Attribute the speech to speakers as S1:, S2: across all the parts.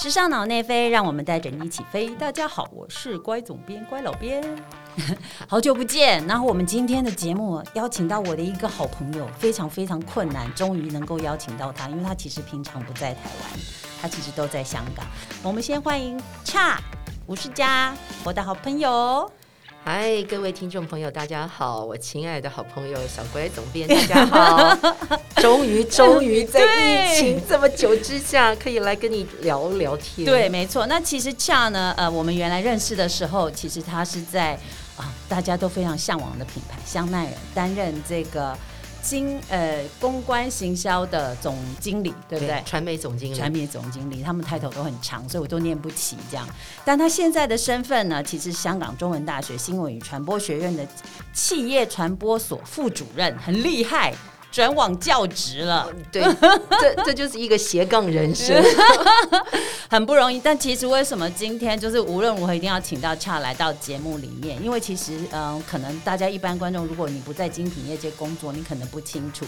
S1: 时尚脑内飞，让我们带着你一起飞。大家好，我是乖总编乖老编， 好久不见。然后我们今天的节目邀请到我的一个好朋友，非常非常困难，终于能够邀请到他，因为他其实平常不在台湾，他其实都在香港。我们先欢迎恰吴世佳，我的好朋友。
S2: 嗨，各位听众朋友，大家好！我亲爱的好朋友小乖总编，大家好！终于，终于在疫情这么久之下，可以来跟你聊聊天。
S1: 对，没错。那其实恰呢，呃，我们原来认识的时候，其实他是在啊、大家都非常向往的品牌香奈儿担任这个经呃公关行销的总经理，对不对？
S2: 传媒总经理，
S1: 产品总经理，他们抬头都很长，所以我都念不起这样。但他现在的身份呢，其实香港中文大学新闻与传播学院的企业传播所副主任，很厉害，转往教职了，
S2: 对， 这这就是一个斜杠 人生。
S1: 很不容易。但其实为什么今天就是无论如何一定要请到恰来到节目里面？因为其实嗯、呃可能大家一般观众，如果你不在精品业界工作，你可能不清楚。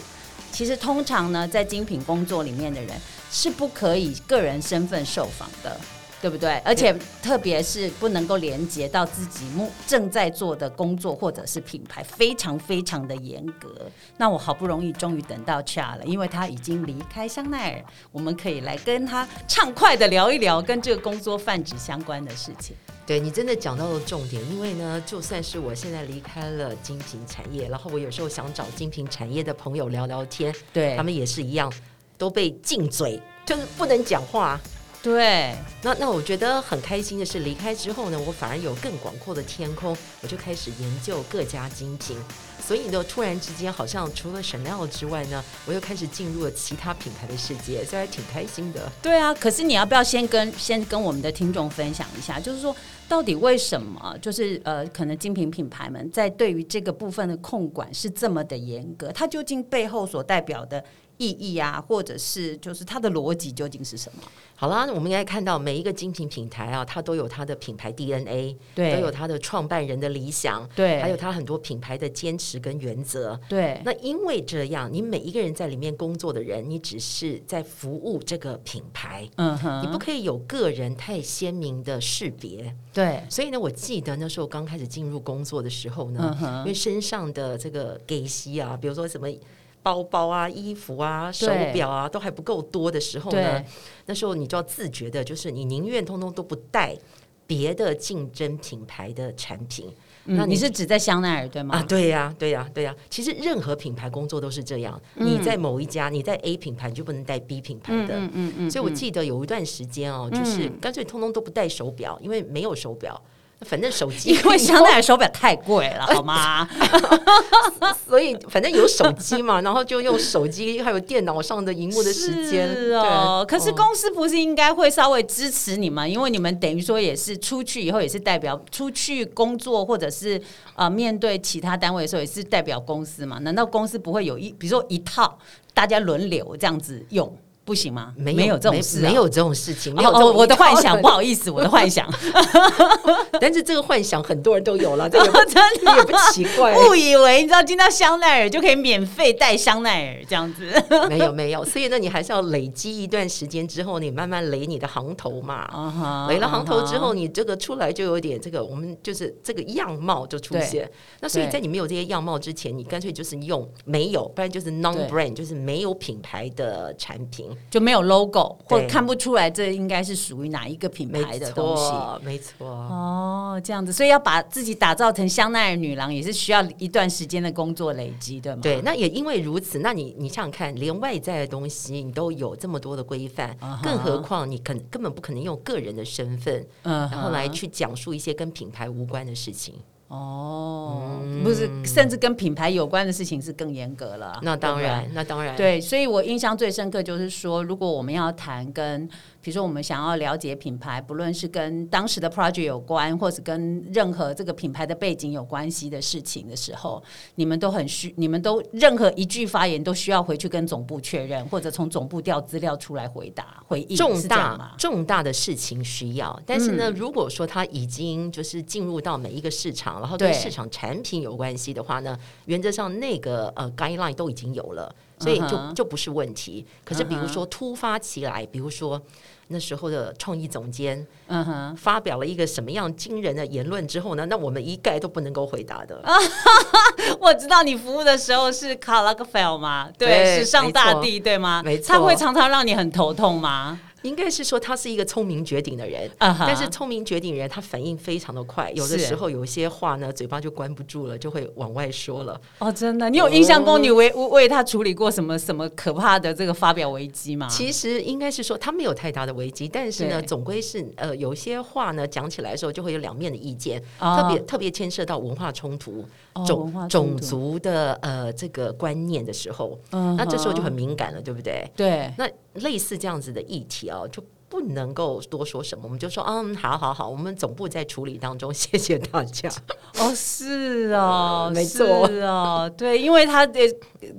S1: 其实通常呢，在精品工作里面的人是不可以个人身份受访的，对不对？而且特别是不能够连接到自己目正在做的工作或者是品牌，非常非常的严格。那我好不容易终于等到 Cha 了，因为他已经离开香奈儿，我们可以来跟他畅快的聊一聊跟这个工作泛指相关的事情。
S2: 对你真的讲到了重点，因为呢，就算是我现在离开了精品产业，然后我有时候想找精品产业的朋友聊聊天，
S1: 对
S2: 他们也是一样，都被禁嘴，就是不能讲话。
S1: 对，
S2: 那那我觉得很开心的是，离开之后呢，我反而有更广阔的天空，我就开始研究各家精品。所以呢，突然之间，好像除了 Chanel 之外呢，我又开始进入了其他品牌的世界，所以还挺开心的。
S1: 对啊，可是你要不要先跟先跟我们的听众分享一下，就是说到底为什么就是呃，可能精品品牌们在对于这个部分的控管是这么的严格？它究竟背后所代表的意义啊，或者是就是它的逻辑究竟是什么？
S2: 好啦，那我们应该看到每一个精品品牌啊，它都有它的品牌 DNA，
S1: 对
S2: 都有它的创办人的理想，
S1: 对
S2: 还有它很多品牌的坚持跟原则。
S1: 对
S2: 那因为这样，你每一个人在里面工作的人，你只是在服务这个品牌，
S1: 嗯哼，
S2: 你不可以有个人太鲜明的识别。
S1: 对，
S2: 所以呢，我记得那时候刚开始进入工作的时候呢
S1: 嗯，哼
S2: 因为身上的这个给息啊，比如说什么。包包啊、衣服啊、手表啊，都还不够多的时候呢
S1: 对，
S2: 那时候你就要自觉的，就是你宁愿通通都不带别的竞争品牌的产品。那
S1: 嗯，
S2: 你
S1: 你是指在香奈儿对吗？
S2: 啊，对呀、对呀、对呀、其实任何品牌工作都是这样，你在某一家，你在 A 品牌，你就不能带 B 品牌的。
S1: 嗯嗯嗯嗯，
S2: 所以我记得有一段时间哦，就是干脆通通都不带手表，因为没有手表，反正手机
S1: 因为香奈儿手表太贵 了，好吗？
S2: 所以反正有手机嘛，然后就用手机还有电脑上的荧幕的时间
S1: 是哦。
S2: 对
S1: 可是
S2: 嗯
S1: 公司不是应该会稍微支持你们，因为你们等于说也是出去以后也是代表出去工作，或者是呃面对其他单位的时候也是代表公司嘛？难道公司不会有一比如说一套大家轮流这样子用不行吗？
S2: 没
S1: 有
S2: 有
S1: 这种事、啊
S2: 没，没。有这种事情，没有
S1: 哦
S2: 这种
S1: 哦，我的幻
S2: 一套
S1: 想，不，好意 思，我的幻想
S2: 但是这个幻想很多人都有了，这也不
S1: 真
S2: 也不奇 怪，
S1: 误以为你知道进到香奈儿就可以免费带香奈儿这样子。
S2: 没有没有，所以呢，你还是要累积一段时间之后，你慢慢垒你的行头嘛。
S1: 啊 哈
S2: 垒了行头之后，你这个出来就有点这个，我们就是这个样貌就出现。那所以
S1: 对
S2: 在你没有这些样貌之前，你干脆就是用没有，不然就是 non brand，就是没有品牌的产品。
S1: 就没有 logo，或
S2: 嗯对
S1: 看不出来这应该是属于哪一个品
S2: 没
S1: 牌的东西。
S2: 错，没错。
S1: 哦，这样子，所以要把自己打造成香奈儿女郎，也是需要一段时间的工作累积，对吗？
S2: 对，那也因为如此，那你你想想看，连外在的东西你都有这么多的规范
S1: 啊哈
S2: 更何况你肯根本不可能用个人的身份，
S1: 嗯哼
S2: 然后来去讲述一些跟品牌无关的事情。
S1: 哦，
S2: 嗯
S1: 不是，甚至跟品牌有关的事情是更严格了。
S2: 那啊当
S1: 对不对
S2: 然，那当然，
S1: 对，所以我印象最深刻就是说，如果我们要谈跟，比如说我们想要了解品牌，不论是跟当时的 project 有关，或者跟任何这个品牌的背景有关系的事情的时候，你们都很需，你们都任何一句发言都需要回去跟总部确认，或者从总部调资料出来回答回应，
S2: 重
S1: 是这样嗯
S2: 大
S1: 吗？
S2: 重大的事情需要，但是呢，如果说它已经就是进入到每一个市场，然后跟
S1: 对
S2: 市场产品有关系的话呢，原则上那个呃 guideline 都已经有了，所以就、
S1: 嗯哼
S2: 就不是问题。可是比如
S1: 嗯哼
S2: 说突发起来，比如说那时候的创意总监
S1: 嗯哼，
S2: 发表了一个什么样惊人的言论之后呢，那我们一概都不能够回答的。
S1: 啊我知道你服务的时候是 c a r l f e l 吗？
S2: 对
S1: 时尚大帝对吗？
S2: 没错
S1: 他会常常让你很头痛吗？
S2: 应该是说他是一个聪明绝顶的人，
S1: 啊哈
S2: 但是聪明绝顶人他反应非常的快，有的
S1: 是
S2: 时候有一些话呢，嘴巴就关不住了，就会往外说了。
S1: 哦，真的，你有印象宫女为为他处理过什么什么可怕的这个发表危机吗？
S2: 其实应该是说他没有太大的危机，但是呢，
S1: 对
S2: 总归是呃，有些话呢讲起来的时候就会有两面的意见，
S1: 哦
S2: 特别特别牵涉到文化冲突、
S1: 哦文化冲
S2: 种种
S1: 突
S2: 族的呃这个观念的时候，
S1: 嗯哼
S2: 那这时候就很敏感了，对不对？
S1: 对，
S2: 那类似这样子的议题啊，就。不能够多说什么，我们就说，嗯，好好好，我们总部在处理当中， 谢谢大家。
S1: 哦，是哦，
S2: 嗯 没错
S1: 是哦，对，因为他的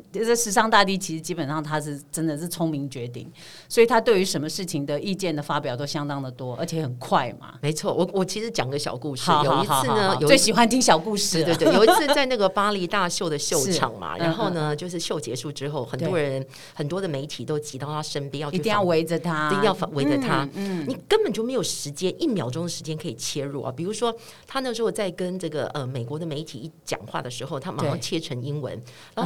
S1: 这时尚大帝其实基本上他是真的是聪明绝顶，所以他对于什么事情的意见的发表都相当的多，而且很快嘛。
S2: 没错，我我其实讲个小故事，
S1: 好
S2: 有
S1: 好
S2: 一
S1: 好
S2: 次
S1: 好
S2: 呢
S1: 好，
S2: 有一
S1: 最喜欢听小故事
S2: 对
S1: 了，
S2: 对对，有一次在那个巴黎大秀的秀
S1: 是
S2: 场嘛，
S1: 嗯
S2: 然后呢，就是秀结束之后，很多人很多的媒体都挤到他身边，要去
S1: 一定要
S2: 访
S1: 围着他，
S2: 一定要围着他
S1: 嗯，
S2: 你根本就没有时间，一秒钟的时间可以切入啊。比如说，他那时候在跟这个呃美国的媒体一讲话的时候，他马上
S1: 对
S2: 切成英文；然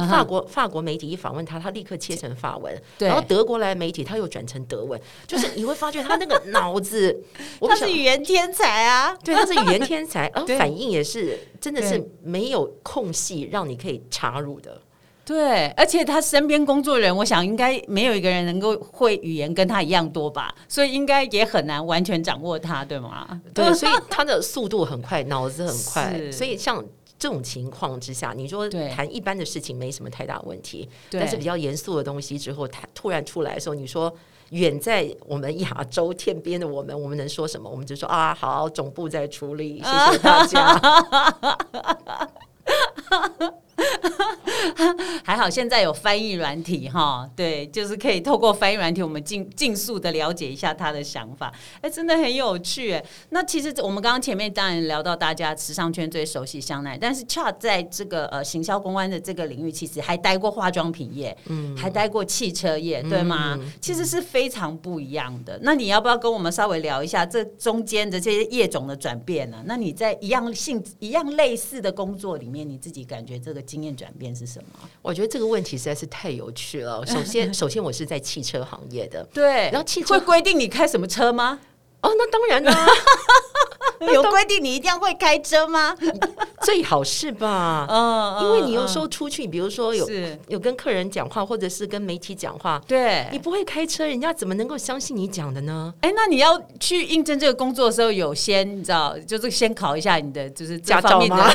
S1: 嗯
S2: 后
S1: 哼
S2: 法国、法国媒体一访问他，他立刻切成法文；
S1: 对
S2: 然后德国来媒体，他又转成德文。就是你会发觉他那个 脑子，我
S1: 他
S2: 不想
S1: 是语言天才 啊，
S2: 对，他是语言天 才，然后
S1: 对
S2: 反应也是真的是
S1: 对
S2: 没有空隙让你可以插入 的。
S1: 对，而且他身边工作人，我想应该没有一个人能够会语言跟他一样多吧，所以应该也很难完全掌握他，对吗？
S2: 对，所以他的速度很快，脑子很快，
S1: 是
S2: 所以像。这种情况之下，你说
S1: 对
S2: 谈一般的事情没什么太大问题，
S1: 对
S2: 但是比较严肃的东西之后，它突然出来的时候，你说远在我们亚洲天边的我们，我们能说什么？我们就说啊，好，总部在处理，谢谢大家。
S1: 还好现在有翻译软体哈，对，就是可以透过翻译软体，我们尽尽速的了解一下他的想法。哎，真的很有趣哎。那其实我们刚刚前面当然聊到大家时尚圈最熟悉香奈，但是 Char 在这个呃行销公关的这个领域，其实还待过化妆品业，嗯，还待过汽车业，对吗？其实是非常不一样的。那你要不要跟我们稍微聊一下这中间的这些业种的转变呢？那你在一样性一样类似的工作里面，你自己感觉这个经验转变是什么？
S2: 我觉得这个问题实在是太有趣了。首先， 首先我是在汽车行业的，
S1: 对，
S2: 然后汽
S1: 会
S2: 车
S1: 规定你开什么车 吗？
S2: 哦，那当然啦、
S1: 有规定你一定要会开车吗？
S2: 最好是吧？
S1: 嗯
S2: 因为你有时
S1: 说
S2: 候出去，比如说有
S1: 是
S2: 有跟客人讲话，或者是跟媒体讲话，
S1: 对
S2: 你。不会开车，人家怎么能够相信你讲的呢？
S1: 哎，那你要去应征这个工作的时候，有先你知道，就是先考一下你的就是这
S2: 驾
S1: 方
S2: 照
S1: 面的
S2: 吗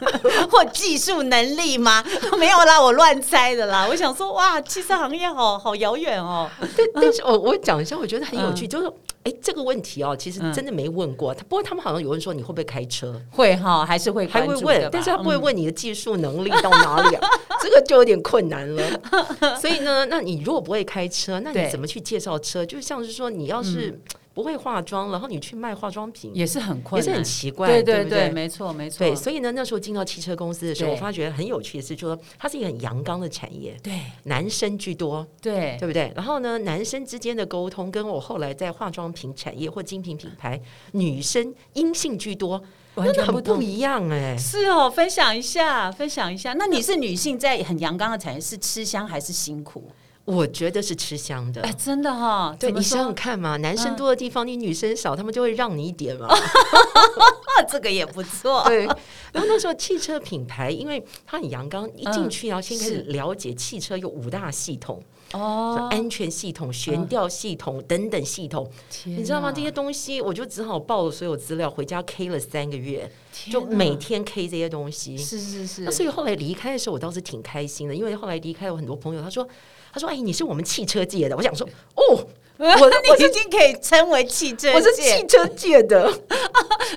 S1: 或技术能力 吗？没有啦，我乱猜的啦。我想说，哇，汽车行业好好遥远哦。
S2: 但但是我我讲一下，我觉得很有趣，
S1: 嗯
S2: 就是哎，这个问题哦，其实真的没问过。他不过他们好像有人说你会不会开车，
S1: 会哈，还是会
S2: 还
S1: 关
S2: 会
S1: 注
S2: 问
S1: 的，
S2: 但是
S1: 吧
S2: 他不会
S1: 嗯
S2: 问你的技术能力到哪里啊， 这个就有点困难了。 所以呢，那你如果不会开车，那你
S1: 对嗯
S2: 怎么去介绍车？就像是说，你要是不会化妆，然后你去卖化妆品，
S1: 也是很困
S2: 也
S1: 难，
S2: 是很奇怪，
S1: 对
S2: 对
S1: 对
S2: 不
S1: 没错没错
S2: 对，，所以呢，那时候进到汽车公司的时候，
S1: 对
S2: 我发觉很有趣的是，就说它是一个很阳刚的产业，
S1: 对
S2: 男生居多，
S1: 对
S2: 对不对？然后呢，男生之间的沟通，跟我后来在化妆品产业或精品品牌，女生阴性居多，
S1: 完
S2: 真
S1: 全
S2: 的
S1: 不
S2: 很
S1: 同
S2: 不一样哎、
S1: 是哦，分享一下，分享一下。那你是女性，在很阳刚的产业是吃香还是辛苦？
S2: 我觉得是吃香的
S1: 哎，。真的哈、
S2: 对
S1: 怎么
S2: 你想
S1: 说嗯
S2: 想看嘛，男生多的地方，你女生少，他们就会让你一点 嘛。
S1: 啊，这个也不错。
S2: 对，然后那时候汽车品牌，因为它很阳刚，一进去要先开始
S1: 嗯是
S2: 了解汽车有五大系统，
S1: 哦，
S2: 安全系统、悬吊系统等等系统，你知道吗？这些东西我就只好抱着所有资料回家 K 了三个月，
S1: 些
S2: 就每天 K 这些东西。
S1: 是是是
S2: 那，所以后来离开的时候，我倒是 挺开心的，因为后来离开有很多朋友，他说：“他说，哎，你是我们汽车界的。”我想说：“哦，我我
S1: 你已经可以称为汽车界，
S2: 我是汽车界的，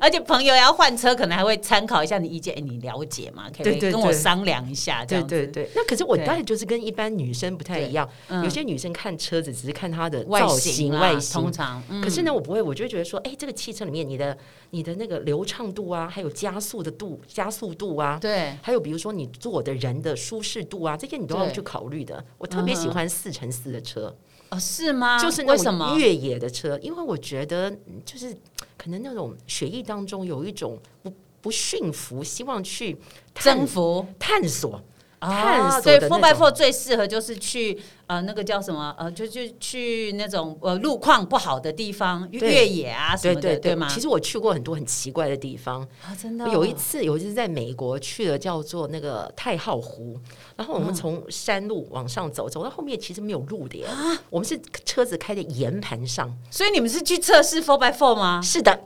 S1: 而且朋友要换车，可能还会参考一下你意见，哎，你了解吗？可
S2: 对
S1: 以
S2: 对
S1: 跟我
S2: 对
S1: 商量一下，这
S2: 对
S1: 样子
S2: 对对。那可是我
S1: 对
S2: 当然就是跟一般女生不太一样，
S1: 嗯
S2: 有些女生看车子只是看它的
S1: 外
S2: 造型、
S1: 啦
S2: 外形
S1: 通，常，嗯
S2: 可是呢，我不会，我就会觉得说，哎、这个汽车里面你的你的那个流畅度啊，还有加速的度、加速度啊，
S1: 对
S2: 还有比如说你坐的人的舒适度啊，这些你都要
S1: 对
S2: 去考虑的。我特别喜
S1: 嗯哼
S2: 欢四乘四的车，
S1: 哦是吗？
S2: 就是那
S1: 为什
S2: 种
S1: 么？
S2: 越野的车，因为我觉得嗯就是可能那种血液当中有一种不不驯服，希望去探
S1: 征服
S2: 探索。
S1: 啊
S2: 探索
S1: 对
S2: 的
S1: ，Four
S2: 那
S1: by
S2: 种
S1: Four 最适合就是去呃那个叫什么呃，就就去那种呃路况不好的地方，
S2: 对
S1: 越野啊什
S2: 对
S1: 么的，
S2: 对
S1: 对吗？
S2: 其实我去过很多很奇怪的地方，
S1: 啊，真的
S2: 我
S1: 哦
S2: 有一次，有一次在美国去了叫做那个太浩湖，然后我
S1: 嗯
S2: 们从山路往上走，走到后面其实没有路的耶。
S1: 啊
S2: 我们是车子开在岩盘上，
S1: 所以你们是去测试 Four by Four 吗？
S2: 是的，
S1: 太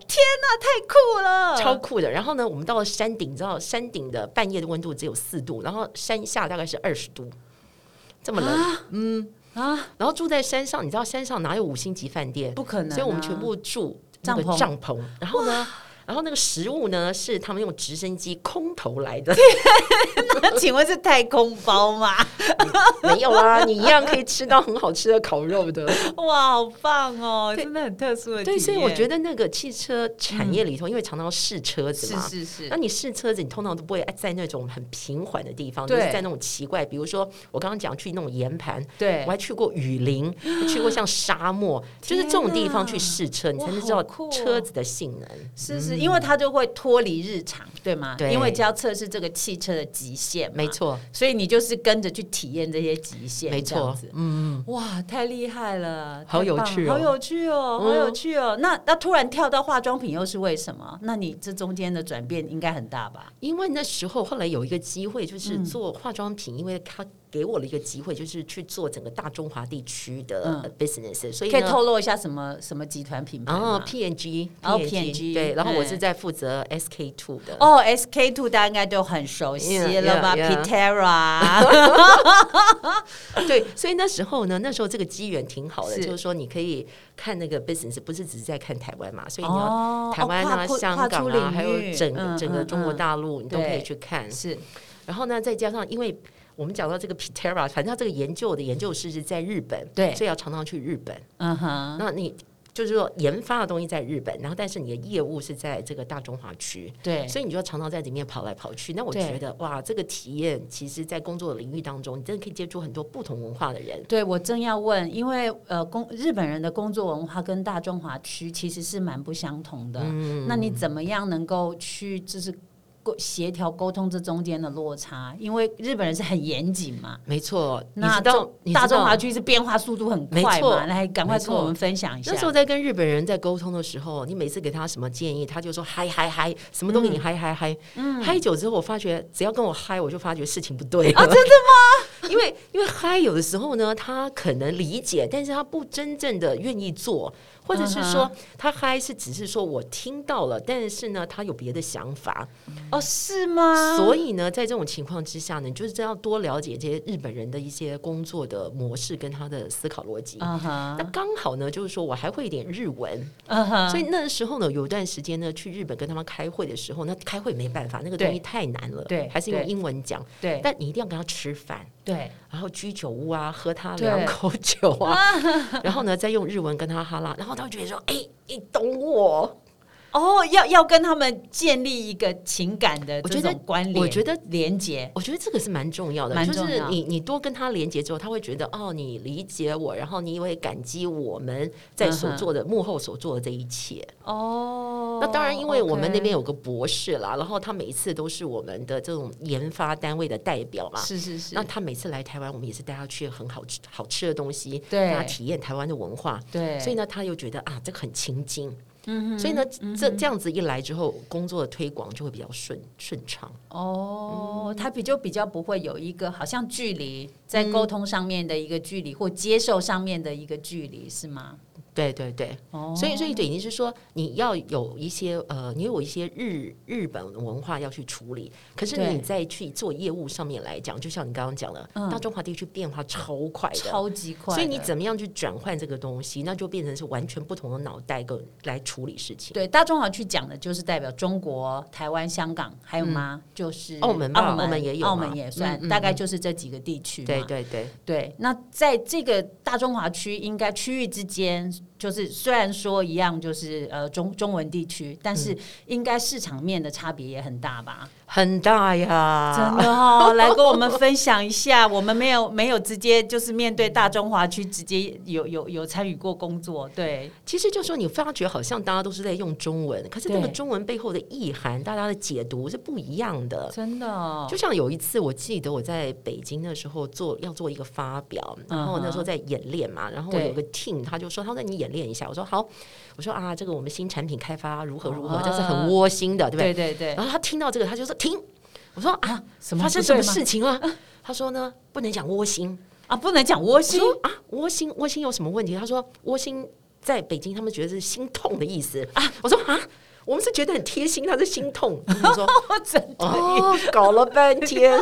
S1: 酷了，
S2: 超酷的。然后呢，我们到了山顶，你知道山顶的半夜的温度只有四度，然后山下大概是二十度，这么冷。嗯
S1: 啊，
S2: 然后住在山上，你知道山上哪有五星级饭店？
S1: 不可能啊
S2: 所以我们全部住那个
S1: 帐篷
S2: 帐篷。然后呢，然后那个食物呢是他们用直升机空投 来的。
S1: 那请问是太空包 吗？
S2: 没有啊，你一样可以吃到很好吃的烤肉的。
S1: 哇，好棒哦，
S2: 对
S1: 真的很特殊的
S2: 对，所以我觉
S1: 得
S2: 得那个汽车产业里头，因为常常试车子
S1: 是
S2: 嘛。
S1: 是是
S2: 那，你试车子，你通常都不会在那种很平缓的地方，就
S1: 对
S2: 是在那种奇怪，比如说我刚刚讲去那种岩盘，
S1: 对
S2: 我还去过雨 林，去过像沙漠，就是这种地方去试车，你才能知
S1: 哇好
S2: 道
S1: 酷哦
S2: 车子的性能。
S1: 是是，因为它就会脱离日常，对吗？
S2: 对
S1: 因为就要测试这个汽车的极限，
S2: 没。错，
S1: 所以你就是跟着去体验这些极限，
S2: 没
S1: 这样
S2: 错
S1: 子，
S2: 嗯，
S1: 哇，太厉害了，
S2: 好
S1: 太
S2: 有
S1: 棒
S2: 趣
S1: 了
S2: 哦
S1: 好有趣哦，
S2: 嗯
S1: 好有趣哦。那那突然跳到化妆品又是为什么？那你这中间的转变应该很大吧？
S2: 因为那时候后来有一个机会，
S1: 嗯
S2: 就是做化妆品，因为他给我了一个机会，就是去做整个大中华地区的
S1: 嗯
S2: business，、所以
S1: 可以
S2: 呢
S1: 透露一下什么什么集团品牌
S2: 哦
S1: 吗？
S2: ，P N G，
S1: 嗯哦 P&G
S2: 对，然后我是
S1: 对
S2: 在负责 S K two 的。
S1: 哦，SK two 大家应该都很熟悉
S2: Yeah,
S1: 了吧
S2: yeah, yeah
S1: ？Pitera，啊
S2: 对，所以那时候呢，那时候这个机缘挺好的，
S1: 是
S2: 就是说你可以看那个 business，不是只是在看台湾嘛，所以你要
S1: 哦，
S2: 台湾啊、
S1: 哦跨出
S2: 香
S1: 跨
S2: 港
S1: 出
S2: 啊，
S1: 领
S2: 还有
S1: 域
S2: 整个、
S1: 嗯
S2: 整个
S1: 嗯
S2: 中国
S1: 嗯
S2: 大陆，你都可以
S1: 对
S2: 去看。
S1: 是
S2: 然后呢，再加上因为我们讲到这个 Pitera，反正它这个研究的研究室是在日本，
S1: 对
S2: 所以要常常去日本。
S1: 嗯哼，
S2: 那你就是说研发的东西在日本，然后但是你的业务是在这个大中华区，
S1: 对，
S2: 所以你就要常常在里面跑来跑去。那我
S1: 对
S2: 觉得哇，这个体验其实，在工作领域当中，你真的可以接触很多不同文化的人。
S1: 对，我正要问，因为呃，工日本人的工作文化跟大中华区其实是蛮不相同的。
S2: 嗯
S1: 那你怎么样能够去就是沟协调沟通这中间的落差？因为日本人是很严谨嘛。
S2: 没错，你
S1: 那
S2: 知道
S1: 中
S2: 你
S1: 大
S2: 知道
S1: 中华区是变化速度很
S2: 没
S1: 快
S2: 错
S1: 嘛？来，赶快
S2: 没
S1: 跟我
S2: 错
S1: 们分享一下
S2: 那。时候在跟日本人在沟通的时候，你每次给他什么建议，他就说嗨嗨嗨，什么都给你嗨嗨嗨。嗨久之后，我发觉只要跟我嗨，我就发觉事情不对啊，真的吗？ 因为因为嗨有的时候呢，他可能理解，但是他不真正的愿意做，或者是
S1: 嗯
S2: 说他嗨是只是说我听到了，但是呢，他有别的想法。
S1: 哦，是吗？
S2: 所以呢，在这种情况之下呢，你就是要多了解这些日本人的一些工作的模式跟他的思考逻辑。
S1: 嗯
S2: 那
S1: 哼，
S2: 刚好呢，就是说我还会一点日文，
S1: 嗯哼，
S2: 所以那时候呢，有一段时间呢，去日本跟他们开会的时候，那开会没办法，那个东西
S1: 对
S2: 太难了，
S1: 对
S2: 还是用
S1: 对
S2: 英文讲，
S1: 对
S2: 但你一定要跟他吃饭，
S1: 对，
S2: 然后居酒屋啊，喝他
S1: 对
S2: 两口酒啊， 然后呢，再用日文跟他哈拉，然后他会觉得说，哎、你懂我，
S1: 哦，要要跟他们建立一个情感的
S2: 我
S1: 这
S2: 觉得
S1: 种关联，
S2: 我觉得
S1: 连接，
S2: 我觉得这个是蛮重要的，
S1: 蛮
S2: 就
S1: 重
S2: 是
S1: 要
S2: 你你多跟他连接之后，他会觉得哦，你理解我，然后你也会感激我们在所
S1: 嗯哼
S2: 做的、幕后所做的这一切。
S1: 哦，
S2: 那当然，因为我们那
S1: OK
S2: 边有个博士啦，然后他每次都是我们的这种研发单位的代表嘛。
S1: 是是是
S2: 啊那，他每次来台湾，我们也是带他去很好吃好吃的东西，
S1: 对
S2: 让他体验台湾的文化。
S1: 对，
S2: 所以呢，他又觉得啊，这个很亲近。嗯所以呢，这这样子一来之后，工作的推广就会比较顺顺畅。
S1: 哦，
S2: 嗯
S1: 他比就比较不会有一个好像距离在沟通上面的一个距离，或接受上面的一个距离，是吗？
S2: 对对对，
S1: 哦
S2: 所以，所以等于是说，你要有一些呃，你有一些日日本文化要去处理。可是
S1: 对
S2: 你在去做业务上面来讲，就像你刚刚讲的，
S1: 嗯
S2: 大中华地区变化超快的，
S1: 超级快的，
S2: 所以你怎么样去转换这个东西，那就变成是完全不同的脑袋跟来处理事情。
S1: 对大中华去讲的就是代表中国、台湾、香港，还有吗？就是
S2: 嗯澳门吧
S1: 澳
S2: 澳门也有嘛
S1: 澳门也算，
S2: 嗯嗯嗯
S1: 大概就是这几个地区嘛。
S2: 对对对，
S1: 对，那在这个大中华区，应该区域之间，就是虽然说一样，就是呃中中文地区，但是应该市场面的差别也很大吧？
S2: 很大呀，
S1: 真的哦，来跟我们分享一下，我们没有没有直接就是面对大中华区，直接有有有参与过工作，对
S2: 其实就说你发觉好像大家都是在用中文，可是那个
S1: 对
S2: 中文背后的意涵，大家的解读是不一样的。
S1: 真的、哦，
S2: 就像有一次，我记得我在北京的时候做要做一个发表，然后我那时候在演练嘛，然后
S1: 嗯
S2: 我
S1: 对
S2: 有个 team，他就说他说你演练一下，我说好，我说啊，这个我们新产品开发如何如何，
S1: 啊
S2: 这是很窝心的，对不对？
S1: 对对对，
S2: 然后他听到这个，他就说停，我说啊，
S1: 什
S2: 发生什么
S1: 不对吗嗯
S2: 事情了？ 他说呢，不能讲窝心，
S1: 啊？不能讲窝
S2: 我
S1: 心，
S2: 说啊，窝心窝心有什么问题？他说窝心在北京他们觉得是心痛的意思啊，我说啊。我们是觉得很贴心，他是 心痛。我说
S1: 真
S2: 哦， 搞了半天，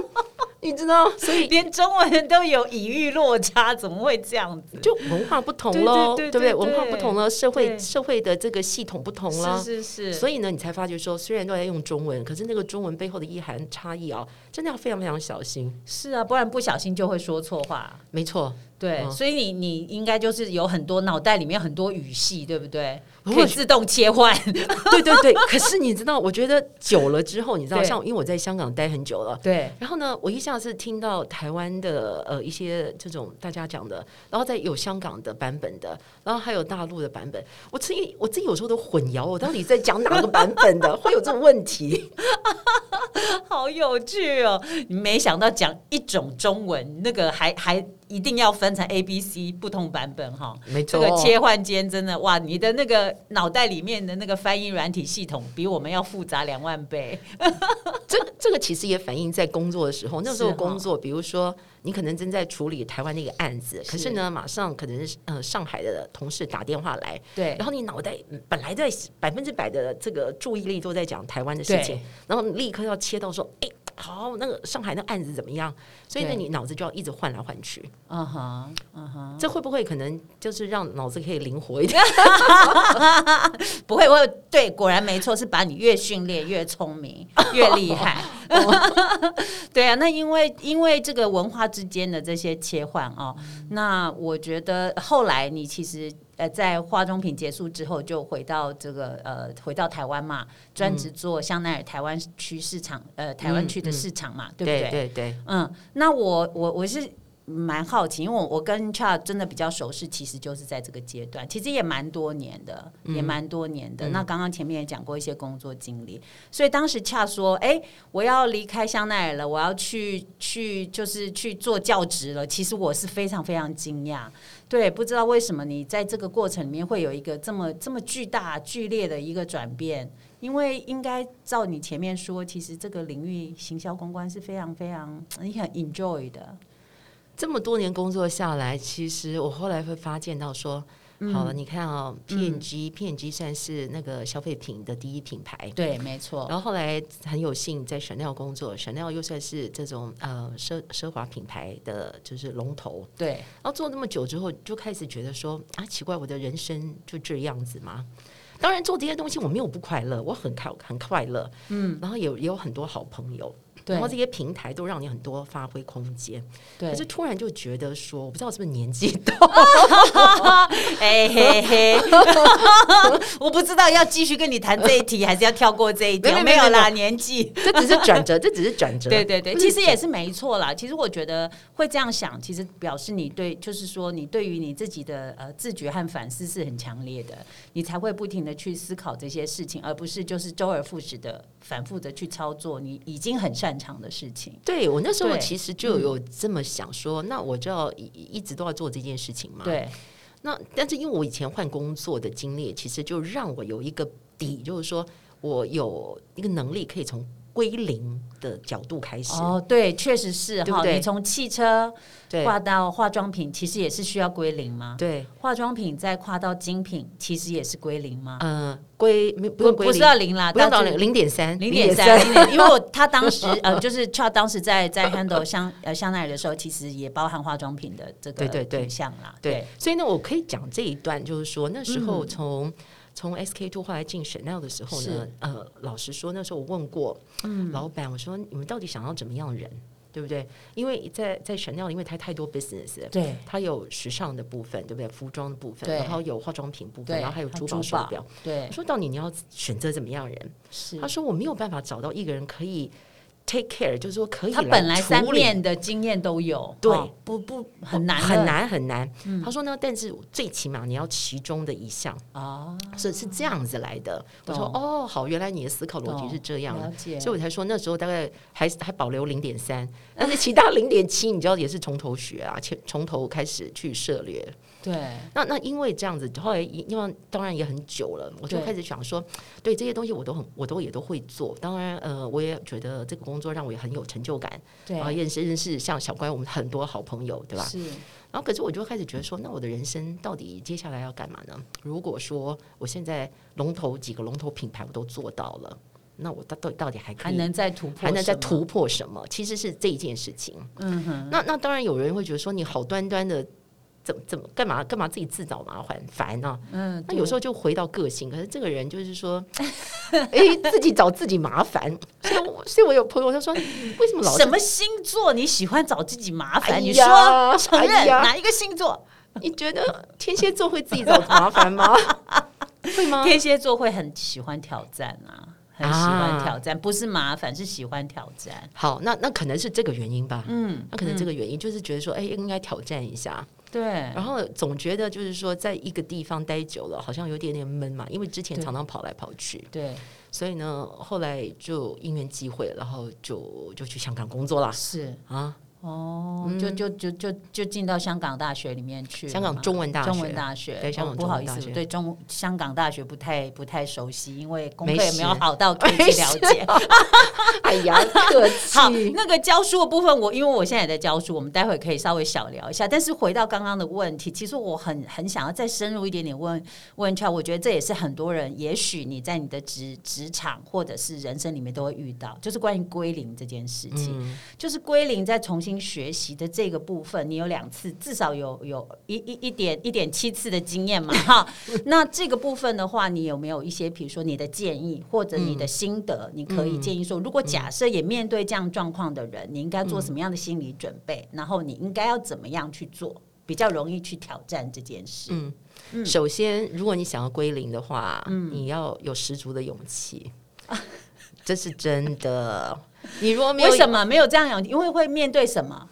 S2: 你知道，所以
S1: 连中文人都有语义落差，怎么会这样子？
S2: 就文化不同
S1: 对对
S2: 喽，
S1: 对
S2: 不对？
S1: 对
S2: 文化不同了，社会
S1: 对
S2: 社会的这个系统不同了。
S1: 是是是，
S2: 所以呢，你才发觉说，虽然都在用中文，可是那个中文背后的意涵差异啊，真的要非常非常小心。
S1: 是啊，不然不小心就会说错话。
S2: 没错，
S1: 对，
S2: 嗯
S1: 所以你你应该就是有很多脑袋里面很多语系，对不对？
S2: 我
S1: 可以自动切换。
S2: 对对对。可是你知道，我觉得久了之后，你知 道，
S1: 对
S2: 像因为我在香港待很久了，
S1: 对，
S2: 然后呢，我一下子听到台湾的呃一些这种大家讲的，然后再有香港的版本的，然后还有大陆的版本，我自己我自己有时候都混淆，我到底在讲哪个版 本的，会有这种问题。
S1: 好有趣哦！你没想到讲一种中文，那个还还一定要分成 A、B、C 不同版本哈、
S2: 没
S1: 这个切换间真的哇，你的那个脑袋里面的那个翻译软体系统比我们要复杂两万倍。
S2: 这个这个其实也反映在工作的时候，那时候
S1: 是哈
S2: 工作，比如说你可能正在处理台湾的一个案子，可是呢，马上可能是呃上海的同事打电话来，
S1: 对
S2: 然后你脑袋嗯本来在百分之百的这个注意力都在讲台湾的事情
S1: 对，
S2: 然后你立刻要切到说，哎，好，那个上海那个案子怎么样？所以呢，
S1: 对
S2: 你脑子就要一直换来换去，
S1: 嗯哼，嗯哼，
S2: 这会不会可能就是让脑子可以灵活一点？
S1: 不会，我对，果然没错，是把你越训练越聪明，越厉害。 对啊，那因为因为这个文化之间的这些切换哦，那我觉得后来你其实呃在化妆品结束之后，就回到这个呃回到台湾嘛，专职做香奈儿台湾区市场呃台湾区的市场嘛，对不
S2: 对对对，
S1: 嗯，那我我我是蛮好奇，因为我我跟 Char 真的比较熟识，其实就是在这个阶段，其实也蛮多年的，也蛮多年的。那刚刚前面也讲过一些工作经历，所以当时 Char 说：“哎、我要离开香奈儿了，我要去去就是去做教职了。”其实我是非常非常惊讶，对，不知道为什么你在这个过程里面会有一个这么这么巨大剧烈的一个转变。因为应该照你前面说，其实这个领域行销公关是非常非常你很 enjoy 的，
S2: 这么多年工作下来，其实我后来会发现到说，好了，你看啊、p N G、P N G 算是那个消费品的第一品牌。
S1: 哎对，没错，
S2: 然后后来很有幸在 Chanel 工作，Chanel 又算是这种呃奢奢华品牌的就是龙头。
S1: 对，
S2: 然后做那么久之后，就开始觉得说啊，奇怪，我的人生就这样子吗？当然做这些东西我没有不快乐，我很开很快乐，嗯，然后也有也有很多好朋友，
S1: 对
S2: 然后这些平台都让你很多发挥空间。
S1: 对
S2: 可是突然就觉得说，我不知道是不是年纪大，
S1: 哎嘿嘿， 我不知道要继续跟你谈这一题，还是要跳过这一题，哦
S2: 没有
S1: 没
S2: 没有
S1: 有啦，年纪。
S2: 这只是转 折，这只是转折。
S1: 对对对，
S2: 不是
S1: 其实也是没错啦。其实我觉得会这样想，其实表示你对，就是说你对于你自己的呃自觉和反思是很强烈的，你才会不停的去思考这些事情，而不是就是周而复始的反复的去操作你已经很擅长的事情。
S2: 对嗯我那时候
S1: 对
S2: 其实就有这么想说，那我就要一一直都要做这件事情嘛。。
S1: 对，
S2: 那但是因为我以前换工作的经历，其实就让我有一个底，就是说我有一个能力可以从归零的角度开始。
S1: 哦，对，确实是
S2: 对不
S1: 哈。
S2: 对
S1: 你从汽车
S2: 对
S1: 跨到化妆品，其实也是需要归零吗？
S2: 对，
S1: 化妆品再跨到精品，其实也是归零吗？
S2: 呃，归没不
S1: 不
S2: 用归
S1: 不是
S2: 零，
S1: 要零啦，
S2: 不用
S1: 但
S2: 到
S1: 是
S2: 零点三，
S1: 零点三，零点，因为我他当时呃，就是他当时在在 handle 香呃香奈儿的时候，其实也包含化妆品的这个
S2: 对对对
S1: 品项啦，
S2: 对，所以呢，我可以讲这一段，就是说那时
S1: 嗯
S2: 候从、从 SK two 后来进 Chanel 的时候呢
S1: 是，嗯
S2: 呃，老实说，那时候我问过、老板，我说你们到底想要怎么样的人，对不对？因为在在 Chanel，因为它太多 business 了。
S1: 对
S2: 它有时尚的部分，对不对？服装的部分，
S1: 对
S2: 然后有化妆品部分，
S1: 对，
S2: 然后还有珠
S1: 宝
S2: 宝手表。
S1: 对
S2: 我说到底你要选择怎么样的人？
S1: 是
S2: 他。说我没有办法找到一个人可以 take care，就是说可以
S1: 他本来
S2: 处
S1: 三
S2: 理
S1: 面的经验都有，
S2: 对
S1: 哦不不很难的嗯
S2: 很难很难。他说呢，但是最起码你要其中的一项，
S1: 啊，
S2: 所以是这样子来的。我说
S1: 懂
S2: 哦，好，原来你的思考 逻辑是这样
S1: 了
S2: 的。
S1: 解，
S2: 所以我才说那时候大概还还保留零点三，但是其他零点七，你知道也是从头学啊，从从头开始去涉猎。
S1: 对
S2: 那那因为这样子，后来因为当然也很久了，我就
S1: 对
S2: 开始想说，对这些东西我都很我都也都会做。当然，呃，我也觉得这个工作让我也很有成就感，
S1: 对
S2: 然后认识认识像小关我们很多好朋友，哎对吧？
S1: 是
S2: 然后可是我就开始觉得说，那我的人生到底接下来要干嘛呢？如果说我现在龙头几个龙头品牌我都做到了，那我到到底到底还可
S1: 还
S2: 以？
S1: 能再突破，
S2: 还能再，突破什么？其实是这一件事情。
S1: 嗯哼，
S2: 那那当然有人会觉得说，你好端端的，怎么怎么干嘛干嘛自己自找麻烦，烦啊！
S1: 嗯，
S2: 那有时
S1: 候
S2: 候就回到个性，可是这个人就是说， 哎、自己找自己麻烦。所以我，所以我有朋友他说，为什么老是
S1: 什么星座你喜欢找自己麻
S2: 哎
S1: 烦？你说
S2: 呀
S1: 承
S2: 哎
S1: 认
S2: 呀
S1: 哪一个星座？
S2: 你觉得天蝎座会自己找麻 烦吗？会吗？
S1: 天蝎座会很喜欢挑战啊，很喜欢
S2: 啊
S1: 挑战，不是麻烦，是喜欢挑战。
S2: 好，那那可能是这个原因吧。
S1: 嗯，
S2: 那可能这个原因就是觉得说，哎、应该挑战一下。
S1: 对，
S2: 然后总觉得就是说，在一个地方待久了，好像有点点闷嘛。因为之前
S1: 对
S2: 常常跑来跑去，
S1: 对，
S2: 所以呢，后来就因缘际会，然后就就去香港工作啦。
S1: 是
S2: 啊，
S1: 哦，就就就就就进到香港大学里面去了嘛，
S2: 香港中文大学
S1: 中文大学，
S2: 对香港
S1: 哦不
S2: 中文
S1: 好意
S2: 大
S1: 思，
S2: 学
S1: 我对中香港大学不太不太熟悉，因为功课
S2: 没
S1: 也没有
S2: 事
S1: 好到可以去 了解。
S2: 哎呀，客
S1: 好
S2: 气，。
S1: 那个教书的部分，我因为我现在也在教书，我们待会可以稍微小聊一下。但是回到刚刚的问题，其实我很很想要再深入一点点问问俏，我觉得这也是很多人，也许你在你的职职场或者是人生里面都会遇到，就是关于归零这件事情。
S2: 嗯，
S1: 就是归零再重新学习的这个部分，你有两次，至少有有一一一点一点七次的经验嘛哈。那这个部分的话，你有没有一些，比如说你的建议或者你
S2: 嗯
S1: 的心得，你可以建议说，如果假设也面对这样状况的人，你应该做什么样的心理准备？然后你应该要怎么样去做，比较容易去挑战这件事？
S2: 嗯首先，如果你想要归零的话，你要有十足的勇气， 这是真 的。你如果没有
S1: 为什么没有这样有？因为会面对什么？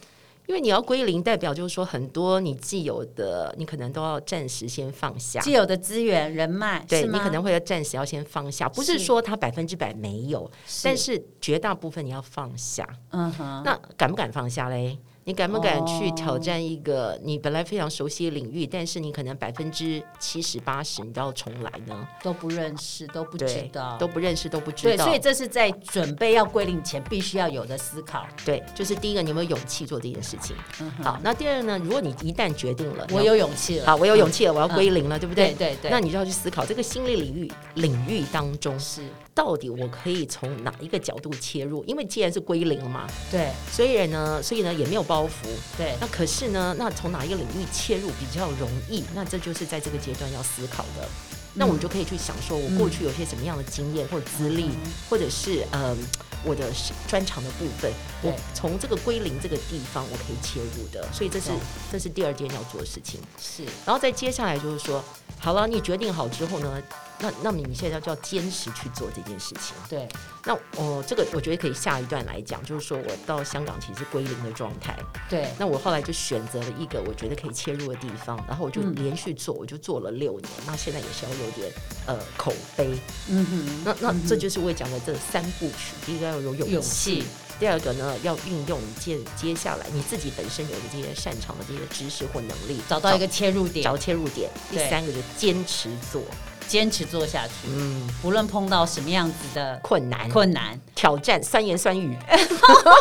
S2: 因为你要归零，代表就是说很多你既有的，你可能都要暂时先放下。
S1: 既有的资源、人脉，
S2: 对
S1: 是
S2: 你
S1: 吗
S2: 可能会要暂时要先放下，不是
S1: 是
S2: 说它百分之百没有，但
S1: 是
S2: 是绝大部分你要放下。
S1: 嗯哼，
S2: 那敢不敢放下嘞？你敢不敢去
S1: 哦
S2: 挑战一个你本来非常熟悉的领域，但是你可能百分之七十八十你都要重来呢？
S1: 都不认识，都不知
S2: 对
S1: 道，，
S2: 都不认识，都不知
S1: 对，
S2: 道。
S1: 所以这是在准备要归零前必须要有的思考。
S2: 对，就是第一个，你有没有勇气做这件事情？
S1: 嗯哼
S2: 好，，那第二呢？如果你一旦决定了，
S1: 我有勇气了。
S2: 好，我有勇气了，我要归零了，对不对？
S1: 对对对
S2: 那你就要去思考这个心理领域领域当中，
S1: 是，
S2: 到底我可以从哪一个角度切入？因为既然是归零了嘛，
S1: 嗯对
S2: 虽然呢，所以呢也没有包袱，
S1: 对
S2: 那可是呢，那从哪一个领域切入比较容易？那这就是在这个阶段要思考的。那我们就可以去想说，我过去有些什么样的经验或者资历，或者是嗯我的专长的部分，
S1: 对
S2: 我从这个归零这个地方我可以切入的。所以这是
S1: 懂
S2: 这是第二件要做的事情。
S1: 是，
S2: 然后再接下来就是说，好了，你决定好之后呢，那那么你现在就要坚持去做这件事情。
S1: 对
S2: 那哦，这个我觉得可以下一段来讲，就是说我到香港其实是归零的状态。
S1: 对
S2: 那我后来就选择了一个我觉得可以切入的地方，然后我就
S1: 嗯
S2: 连续做，我就做了六年。那现在也是要有点呃口碑。
S1: 嗯哼，
S2: 那那这就是我讲的这三部曲：第一个要有勇气，
S1: 勇气
S2: 第二个呢要运用你接接下来你自己本身有的这些擅长的这些知识或能力，
S1: 找到一个切入点
S2: 找。切入点；第
S1: 对
S2: 三个就坚持做。
S1: 坚持做下去，
S2: 嗯，
S1: 不论碰到什么样子的
S2: 困难、
S1: 困难。
S2: 挑战、酸言酸语，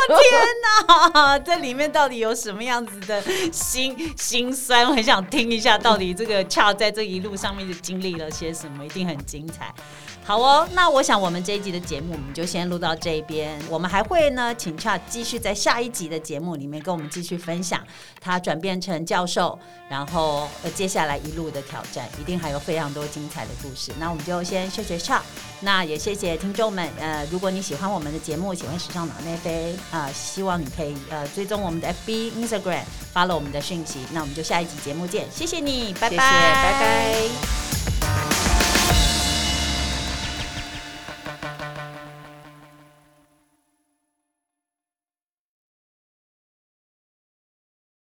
S1: 天哪，这里面到底有什么样子的心心酸？我很想听一下，到底这个恰在这一路上面就经历了些什么，一定很精彩。好哦，那我想我们这一集的节目我们就先录到这边，我们还会呢，请恰继续在下一集的节目里面跟我们继续分享他转变成教授，然后呃接下来一路的挑战，一定还有非常多精彩的故事。那我们就先谢谢恰，那也谢谢听众们，呃，如果你喜欢我们的节目，喜欢时尚脑内飞啊、呃希望你可以呃追踪我们的 FB、Instagram，发了我们的讯息。那我们就下一集节目见，谢谢你，拜拜，
S2: 谢谢，拜拜。